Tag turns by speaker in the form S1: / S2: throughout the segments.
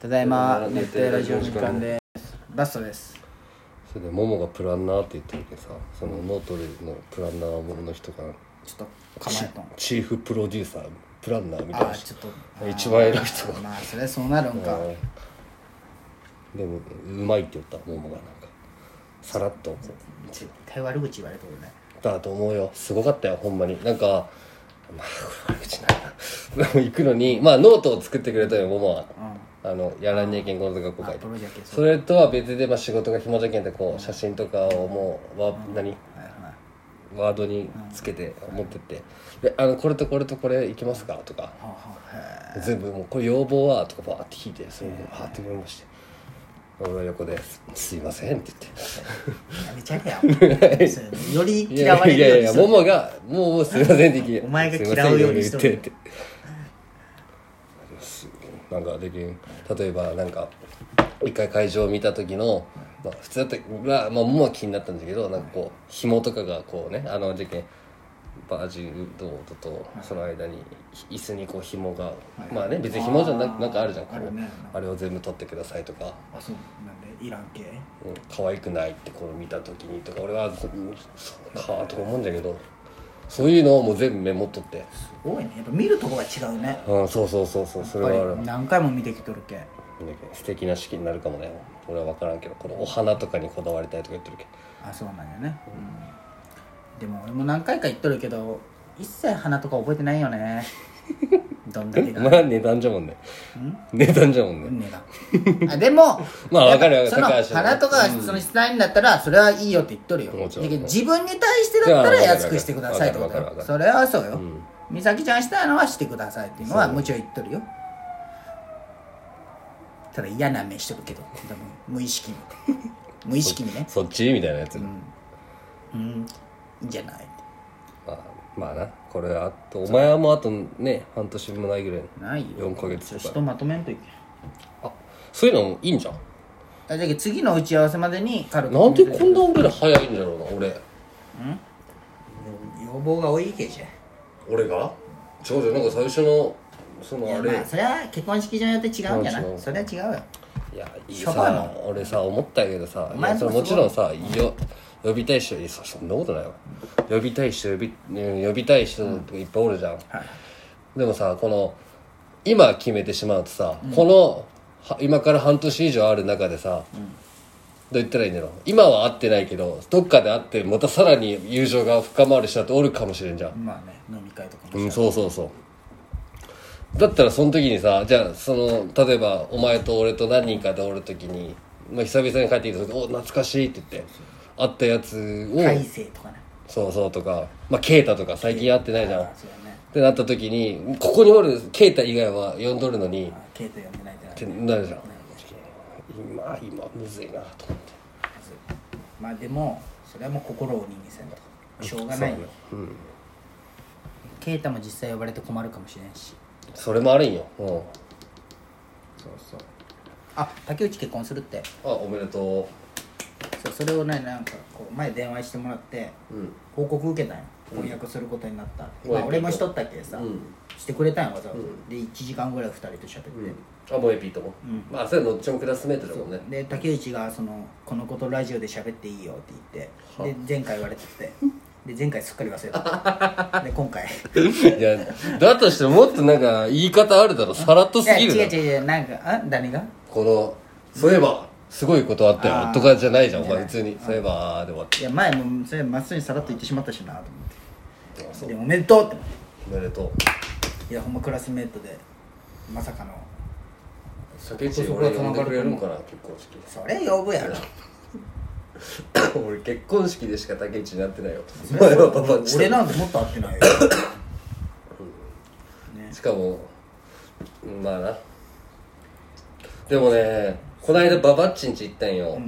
S1: ただいま
S2: 寝
S1: 熱
S2: て
S1: 帯ラ
S2: ラ
S1: ジ
S2: ジ
S1: オ
S2: オ
S1: 時
S2: 時
S1: 間
S2: 間
S1: で
S2: です
S1: ラストです
S2: それでモモがプランナーって言ってるけどさそのノートレのプランナーの人
S1: ち
S2: が
S1: ょっと構えとん
S2: チーフプロデューサープランナーみたい
S1: あ
S2: な
S1: あ
S2: 人
S1: ちょっと
S2: 一番偉い人が
S1: まあそれはそうなるんか
S2: うんでもうまいって言ったモモがなんかさらっとこう
S1: 絶対悪口言われたことない
S2: だと思うよすごかったよほんまになんかまあこれ悪口ないな 行くのにまあノートを作ってくれたよモモは
S1: う
S2: あのやらんにゃいけんことが
S1: ん
S2: 今
S1: あ
S2: 回
S1: プロジェクト
S2: それとは別で、まあ、仕事が暇じゃけんってこう写真とかをもうワ,、
S1: は
S2: 何
S1: いはい
S2: ワードにつけて持ってって「であのこれとこれとこれいきますか?」とか
S1: はあはあへえ
S2: 全部もう「これ要望は?」とかバーって聞いてそれでバーってメモして俺は横で「すいません」って
S1: やめちゃえ やそうやねより
S2: 言って「い
S1: 嫌わ
S2: や
S1: れ
S2: いや
S1: る
S2: い
S1: よ
S2: や
S1: うに
S2: ももが「もうすいません」って聞いて
S1: お前が嫌うようにしとる
S2: すいませんように言って」ってなんかできん例えばなんか一回会場を見た時の、まあ、普通だったら、まあ、もう気になったんだけどなんかこう紐とかがこうねあの事件バージンロードとその間に椅子にこう紐が、まあね別に紐じゃな
S1: あ
S2: く
S1: ー
S2: なんかあるじゃんこ
S1: ある
S2: う
S1: ね
S2: あれを全部取ってくださいとか。
S1: あそうなんでイラン系
S2: うん可愛くないってこれ見た時にとか俺はそそうかとか思うんだけどそういうのをもう全部メモっとって、
S1: すごいねやっぱ見るとこが違うね
S2: うん、そうそうそうそうそれはあ
S1: やっぱ
S2: る
S1: り何回も見てきとるけ
S2: 素敵な式になるかもね俺は分からんけどこのお花とかにこだわりたいとか言ってるけど
S1: あそうなんやね、うん、でも俺も何回か言っとるけど一切花とか覚えてないよ ねどんだけだ、
S2: まあ値段じゃもんね値段じゃもんね
S1: 運命があでも
S2: まあわかる
S1: やっぱ
S2: わか
S1: その
S2: る高橋はね
S1: 花とかその質ないんだったらそれはいいよって言っとるよ
S2: もちろん
S1: だけど自分に対してだったら
S2: いや
S1: 安くしてくださいってこ
S2: わ
S1: と
S2: かるわか
S1: よ
S2: る
S1: それはそうよ、
S2: ん
S1: 美咲ちゃんしたいのはしてくださいっていうのはもちろん言っとるよただ嫌な目しとるけど多分無意 識に無意識にね
S2: そっちみたいなやつ、
S1: うんいいんじゃないって
S2: まあまあなこれあとお前はもうあとね半年もないぐらい
S1: ないよ
S2: 4ヶ月
S1: ちょ
S2: と
S1: っ
S2: か
S1: とまとめんといけん
S2: あそういうのもいいんじゃん
S1: あじゃあ次の打ち合わせまでに軽く
S2: なんでこんな俺ら早いんだろうな俺
S1: 要望が多いけじゃん
S2: 俺が違うじゃんなんか最初のそのあ
S1: いやま
S2: れ
S1: あそれは結婚式場によって違うんじゃな
S2: 違う違
S1: いうそれは違うよ
S2: いやいい
S1: しょぼいも
S2: さ俺さ思ったけどさ
S1: お
S2: い
S1: 前
S2: や
S1: も
S2: それもちろんさよ呼びたい人いやそそんなことないわ呼びたい人呼びうん呼びたい人いっぱいおるじゃん、でもさこの今決めてしまうとさ、このは今から半年以上ある中でさ、どう言ったらいいんだろう今は会ってないけどどっかで会ってまたさらに友情が深まる人だっておるかもしれんじゃん
S1: まあね飲み会とかも
S2: うん、そうそうそうだったらその時にさじゃあその例えばお前と俺と何人かでおる時に、まあ、久々に帰ってきた時「お懐かしい」って言って会ったやつを
S1: 大勢とかね
S2: そうそうとかまあ啓太とか最近会ってないじゃんっ
S1: そうだね
S2: てなった時にここにおる啓太以外は呼んどるのにっ
S1: あケイト呼んでないってな
S2: てなるじゃん今今むずいなと思って
S1: まあでもそれはもう心を鬼にせんとしょうがないよケイタも実際呼ばれて困るかもしれんし
S2: それもあるんよ、うん、
S1: そうそうあ竹内結婚するって
S2: あおめでと
S1: そうそれをねなんかこう前電話してもらって、報告受けたんよ婚約することになった、
S2: うん
S1: まあ、俺もしとったけさ、
S2: ん
S1: してくれたんよわざわざ、で1時間ぐらい2人と喋って、
S2: う、あもうエピーとも、まあそれのっちもクラスメートだもんね
S1: で竹内がその「このことラジオで喋っていいよ」って言ってで前回言われててで前回すっかり忘れ たで今回
S2: いや、だとしてもっとなんか言い方あるだろ、さらっと
S1: い
S2: す
S1: や
S2: ぎる
S1: 違う
S2: だろ。
S1: 違う違うなんかあ誰が
S2: この、そういえば、すごいことあった
S1: あー
S2: よ、とかじゃないじゃん、お
S1: じゃな
S2: 前
S1: い
S2: 普通に。そういえば、あーで終わっ
S1: いや前もそれまっすぐにさらっと言ってしまったしなと思
S2: て。
S1: って
S2: そう、
S1: でもおめでとうって思っ
S2: おめでとう。
S1: ていやほんまクラスメートでまさかの
S2: 酒地俺呼んでくれるのかな、結婚
S1: それ呼ぶやろ
S2: 式。俺結婚式でしか竹内になってないよ。
S1: そ
S2: お
S1: れ
S2: 前はパパんち
S1: 俺なんてもっと会ってないよね
S2: しかも、うんまあな。でもね、こないだババッチんち行ったんよ。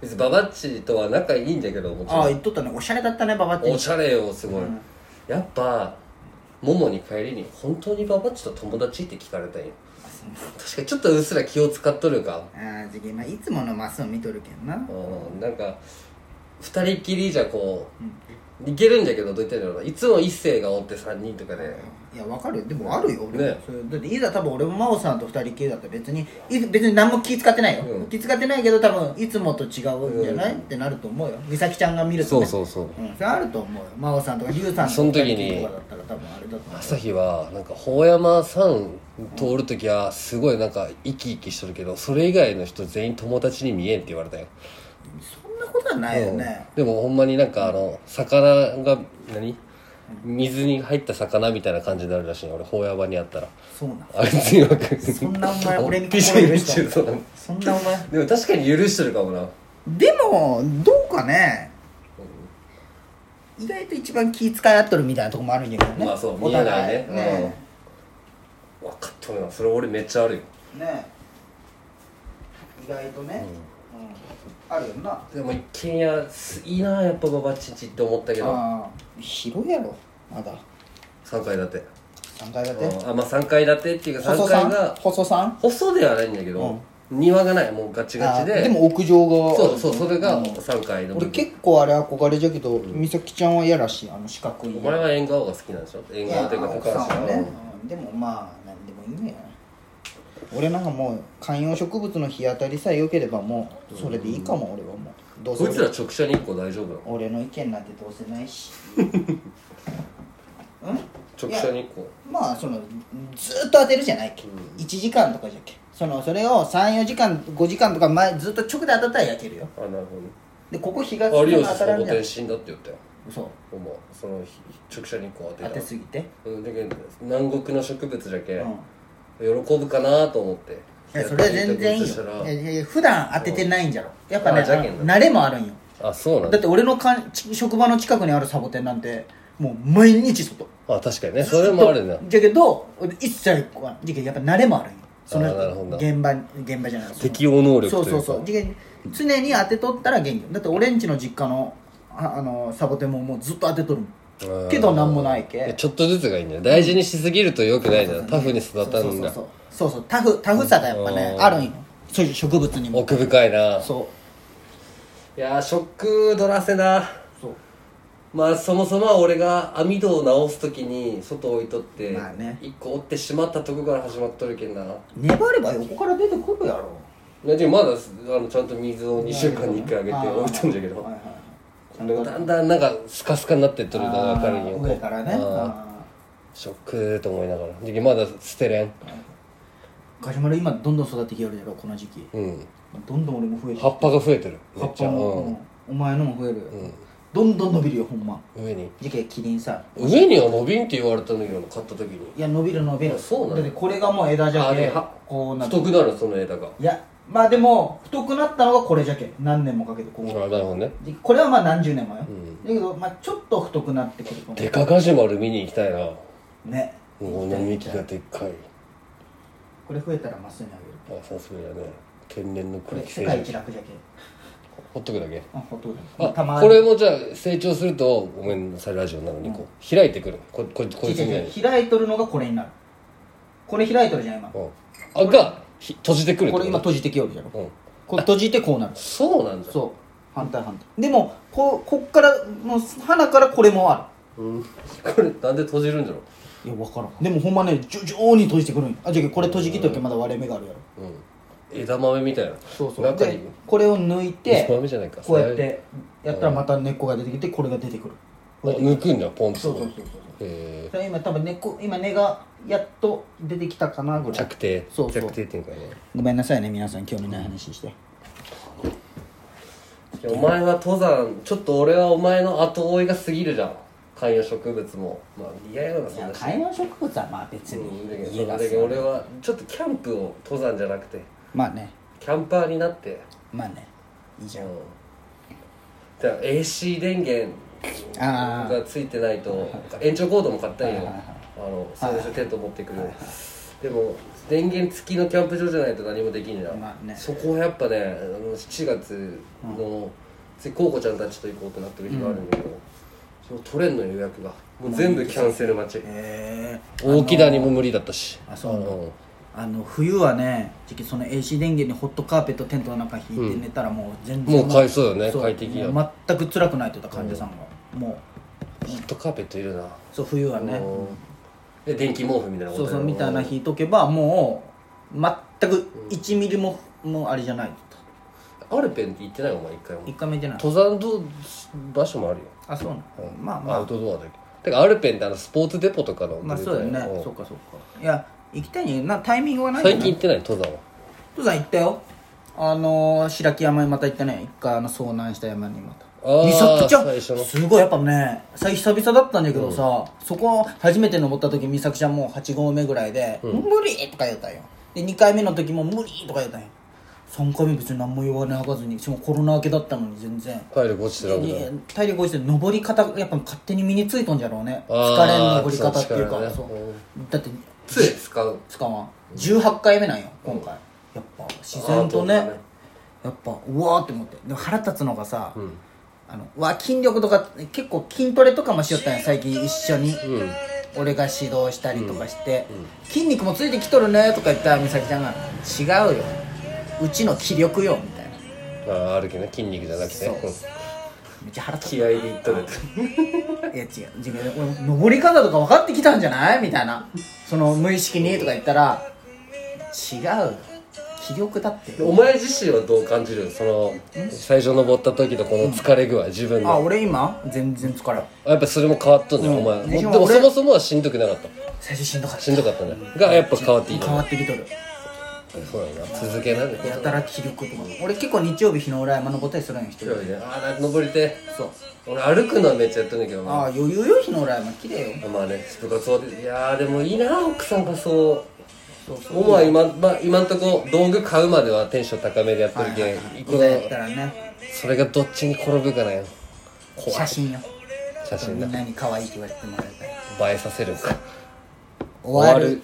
S2: 別にババッチとは仲いいんだけど、もちろん
S1: ああ言っとったねおしゃれだったねババって
S2: おしゃれよすごい、やっぱももに帰りに「本当にババッチと友達?」って聞かれたんよ確かにちょっとうっすら気を使っとるか
S1: ああじゃまあいつものマスを見とるけんな
S2: うんなんか二人きりじゃこう、いけるんじゃけどどう言ったらいいんだろうないつも一星がおって3人とかで
S1: いやわかるよでもあるよ俺も、
S2: ね
S1: それだっていざ多分俺も真央さんと二人きりだったら別にい別に何も気使ってないよ、
S2: うん
S1: 気使ってないけど多分いつもと違うんじゃない、ってなると思うよ美咲ちゃんが見ると、
S2: そ
S1: ね、
S2: うそうそう
S1: うん、それあると思うよ真央さんとか龍さんとか
S2: その時に
S1: 二人きりとかだったら多分あれだと思う
S2: 朝日はなんか法山さん通る時はすごいなんか生き生きしてるけどそれ以外の人全員友達に見えんって言われたよ
S1: そんなことはないよね、
S2: うんでもほんまになんかあの魚が何水に入った魚みたいな感じになるらしいの俺法山にあったら
S1: そうな
S2: あいつ曰く
S1: そんなお 前俺に
S2: びっ
S1: 心許
S2: くり
S1: し
S2: そ
S1: た
S2: う
S1: のそんなお前
S2: でも確かに許してるかもな
S1: でもどうかね意外と一番気遣い合っとるみたいなとこもあるんやけどね
S2: まあそう
S1: お
S2: 見えない
S1: 互
S2: ね
S1: いね
S2: うん分かっとるなそれ俺めっちゃあるよ
S1: ね意外とね、うんあるよな
S2: でも一軒家すいいなやっぱババッチンチって思ったけど
S1: ああ広いやろまだ
S2: 3階建て
S1: 3階建て
S2: うんあまあ3階建てっていうか
S1: 細
S2: 3
S1: さ
S2: 階
S1: ん
S2: が
S1: 細さん
S2: 細ではないんだけど、庭がないもうガチガチ
S1: あ
S2: で
S1: でも屋上が
S2: そうそうそれが
S1: うん
S2: 3階の
S1: 俺結構あれ憧れじゃけど美咲ちゃんはやらしいあの四角い
S2: お前は縁側が好きなんでしょ縁側というか
S1: いや奥
S2: 股
S1: さん
S2: 関
S1: は
S2: 節
S1: ね、うんでもまあ何でもいいんだよ俺なんかもう観葉植物の日当たりさえ良ければもうそれでいいかも俺はもうどうせ
S2: こいつら
S1: 俺
S2: 直射日光大丈夫なの
S1: 俺の意見なんてどうせないし うん
S2: 直射日光
S1: まあそのずーっと当てるじゃないっけ、1時間とかじゃっけそのそれを34時間5時間とか前ずっと直で当たったら焼けるよ
S2: あなる
S1: でここ日が
S2: ほどね有吉
S1: 当た
S2: さん
S1: ら
S2: も
S1: んじゃん
S2: 天死んだって言ったよ
S1: そう
S2: お前その日直射日光当て
S1: 当
S2: た
S1: てすぎて
S2: うんだけど南国の植物じゃけ、
S1: うん
S2: 喜ぶかなと思って
S1: いやそれは全然いい
S2: やったら
S1: よいやいや普段当ててないんじゃろやっぱね
S2: あじゃけんな
S1: 慣れもあるんよ
S2: あそうなん
S1: だ
S2: だ
S1: って俺のかんち職場の近くにあるサボテンなんてもう毎日外
S2: あ確かにねそれもあるな
S1: だけど俺一切行かんじゃけどやっぱ慣れもあるんよその
S2: あーなるほどな
S1: 現場現場じゃない
S2: 適応能力と
S1: そ
S2: いううか
S1: そうそうじゃけん常に当てとったら元気だって俺んちの実家のああのサボテンももうずっと当てとるもん
S2: うん
S1: けどなんもないけ
S2: ちょっとずつがいいんだよ大事にしすぎるとよくないんだよタフに育た
S1: そ
S2: ん
S1: う
S2: だ
S1: そうそうそうそうタフタフさがやっぱねあるんよそういう植物にも
S2: 奥深いな
S1: そう
S2: いやーショックドラセな
S1: そう
S2: まあそもそもは俺が網戸を直す時に外置いとって
S1: まあね
S2: 一個折ってしまったとこから始まっとるけんな
S1: 粘れば横から出てくるやろ
S2: いやでもまだあのちゃんと水を2週間に1回あげて置いとんじゃけど
S1: はいはいはい
S2: でもだんだんなんかスカスカになってっとるのが分かるんよ
S1: 上からね
S2: あー
S1: あ
S2: ショックと思いながらでまだ捨てれん
S1: ーガジュマル今どんどん育ってきよるやろこの時期
S2: うん
S1: どんどん俺も増えて
S2: 葉っぱが増えてるめ
S1: 葉
S2: っ
S1: っ
S2: ち
S1: ぱ
S2: ゃ
S1: もうんお前のも増えるよ
S2: うん
S1: どんどん伸びるよほんま
S2: うん上に
S1: 時期キリンさ
S2: 上には伸びんって言われたんだけど買った時に
S1: いや伸びる伸び
S2: あ
S1: る
S2: そうなの
S1: だってこれがもう枝じゃ
S2: あ
S1: け
S2: れは
S1: こうなって
S2: 太くなるその枝が
S1: いやまあでも太くなったのがこれじゃけ何年もかけてこ
S2: あ
S1: う
S2: なるほどね
S1: でこれはまあ何十年もよ
S2: ん
S1: だけどまあちょっと太くなってくると思
S2: でかガジュマル見に行きたいな
S1: うね
S2: もう並木がでっかい
S1: これ増えたらマスにあげる
S2: あさすがやね天然の
S1: こ
S2: 空
S1: れ
S2: 気
S1: 世
S2: 清
S1: 界
S2: 浄
S1: 一楽じゃけ
S2: ほっとくだけ
S1: あほとんどた
S2: あ
S1: ま
S2: これ
S1: に
S2: もじゃあ成長するとごめんなさいラジオなのにこう開いてくるこここいつみたいに
S1: 開いとるのがこれになるこれ開いとるじゃん今
S2: うんあがひ閉じてくるって
S1: こ
S2: こ
S1: れ今
S2: と
S1: 閉じてきよるじ ゃろ
S2: うん
S1: これ閉じてこうなる
S2: そうなんだ
S1: そう反対反対でもここっからもう花からこれもあ
S2: うんこれなんで閉じるんじゃろ
S1: るいや分からんでもほんまね徐々に閉じてくるんよあじゃあこれ閉じきっとけまだ割れ目があるやろ
S2: ううん枝豆みたいな
S1: そうそう
S2: 中に
S1: でこれを抜いて
S2: 枝豆じゃないか
S1: こうやってやったらまた根っこが出てきてこれが出てくる
S2: あ抜くんだポンプ
S1: そうそうそうそう
S2: え
S1: それ今多分根っこ今根がやっと出てきたかなぐらい
S2: 着底
S1: そうそう
S2: 着底っていうかね
S1: ごめんなさいね皆さん興味ない話して、
S2: いやお前は登山ちょっと俺はお前の後追いが過ぎるじゃん観葉植物もまあ嫌やろなそ
S1: い
S2: ん
S1: や
S2: なし
S1: 観葉植物はまあ別
S2: うんだけ
S1: に
S2: ど
S1: 家
S2: だ
S1: が
S2: けど俺はちょっとキャンプを登山じゃなくて
S1: まあね
S2: キャンパーになって
S1: まあねいいじゃん
S2: うんじゃあ AC 電源
S1: ああ
S2: がついてないと延長コードも買ったんよあのそうですテント持ってくるでも電源付きのキャンプ場じゃないと何もできんじゃん、
S1: まあね
S2: そこはやっぱねあの7月の次コウコちゃんたちと行こうってなってる日があるんだけど、その取れんのよ予約がもう全部キャンセル待ち
S1: ええ
S2: 大木谷も無理だったし
S1: あそうなの
S2: ん
S1: あの冬はね時期その AC 電源にホットカーペットテントの中引いて寝たらもう全然
S2: もう快そうよね
S1: そう
S2: 快適や
S1: もう全く辛くないって言った患者さんがもう
S2: ホットカーペットいるな
S1: そう冬はね
S2: うんで電気毛布みたいなこと
S1: そう
S2: やろ
S1: そうみたいな引いとけばもう全く1ミリももうあれじゃないと
S2: アルペンって行ってないお前一回も
S1: 1回目じゃない
S2: 登山道場所もあるよ
S1: あそうなのまあま
S2: アウトドアだけてかアルペンってあのスポーツデポとかの
S1: あまあそうだよね
S2: ん
S1: そっかそっかいや行きたいねなタイミングがないんだよ
S2: 最
S1: ね
S2: 近行ってない登山は
S1: 父さん行ったよあのー、白木山にまた行ったね一回あの遭難した山にまた
S2: あー
S1: めちゃくち
S2: 最初
S1: ゃ
S2: の
S1: すごいやっぱね最久々だったんだけどさ、そこ初めて登った時美咲ちゃんもう8合目ぐらいで「無理!」とか言ったんよで2回目の時も「無理!」とか言ったんよ3回目別に何も言わなかずにしかもコロナ明けだったのに全然
S2: 体力落ちてるわけだ
S1: に体力落ちて登り方やっぱ勝手に身についとんじゃろうね
S2: あー
S1: 疲れん登り方っていうか
S2: そう力ね
S1: そう
S2: う
S1: だって
S2: 杖使う
S1: 使わん18回目なんよ今回、やっぱ自然とね
S2: あーそうだね
S1: やっぱうわーって思ってでも腹立つのがさ、
S2: ん
S1: あのうわ筋力とか結構筋トレとかもしよったんよ最近一緒に、俺が指導したりとかして、筋肉もついてきとるね」とか言ったら美咲ちゃんが「違うようちの気力よ」みたいな
S2: あ歩きね筋肉じゃなくて
S1: そう
S2: うん
S1: めっちゃ腹立つ
S2: 気合でいっとる
S1: いや違う自分で俺登り方とか分かってきたんじゃないみたいなその無意識にとか言ったら違うよ気力だって
S2: お前自身はどう感じるその最初登った時とこの疲れ具合自分
S1: あ
S2: の
S1: 俺今全然疲れん
S2: やっぱそれも変わっとんね、
S1: うん
S2: お前
S1: でし
S2: で
S1: ょ
S2: も
S1: 俺
S2: そもそもはしんどくなかった
S1: 最初しんどかった
S2: しんどかったねがやっぱ変わっていいと
S1: 変
S2: 思
S1: わ
S2: う
S1: ってきとる
S2: そうやな続けなんで
S1: やたら気力とか俺結構日曜日日の裏山登ったりするんよ一人で
S2: ああ登りて
S1: そう
S2: 俺歩くのはめっちゃやってんだけど
S1: ああ余裕よ日の裏山綺麗よ
S2: まあね部活終わっていやーでもいいな奥さんがそうお前今,、まあ、今んとこ道具買うまではテンション高めでやってるけん、
S1: い
S2: こ
S1: ざやった
S2: の
S1: らね
S2: それがどっちに転ぶかなよ怖
S1: 写
S2: い
S1: 真よ
S2: 写
S1: み
S2: 真だ
S1: んなに可愛いって言われてもらえたら
S2: 映えさせるんか
S1: 終わる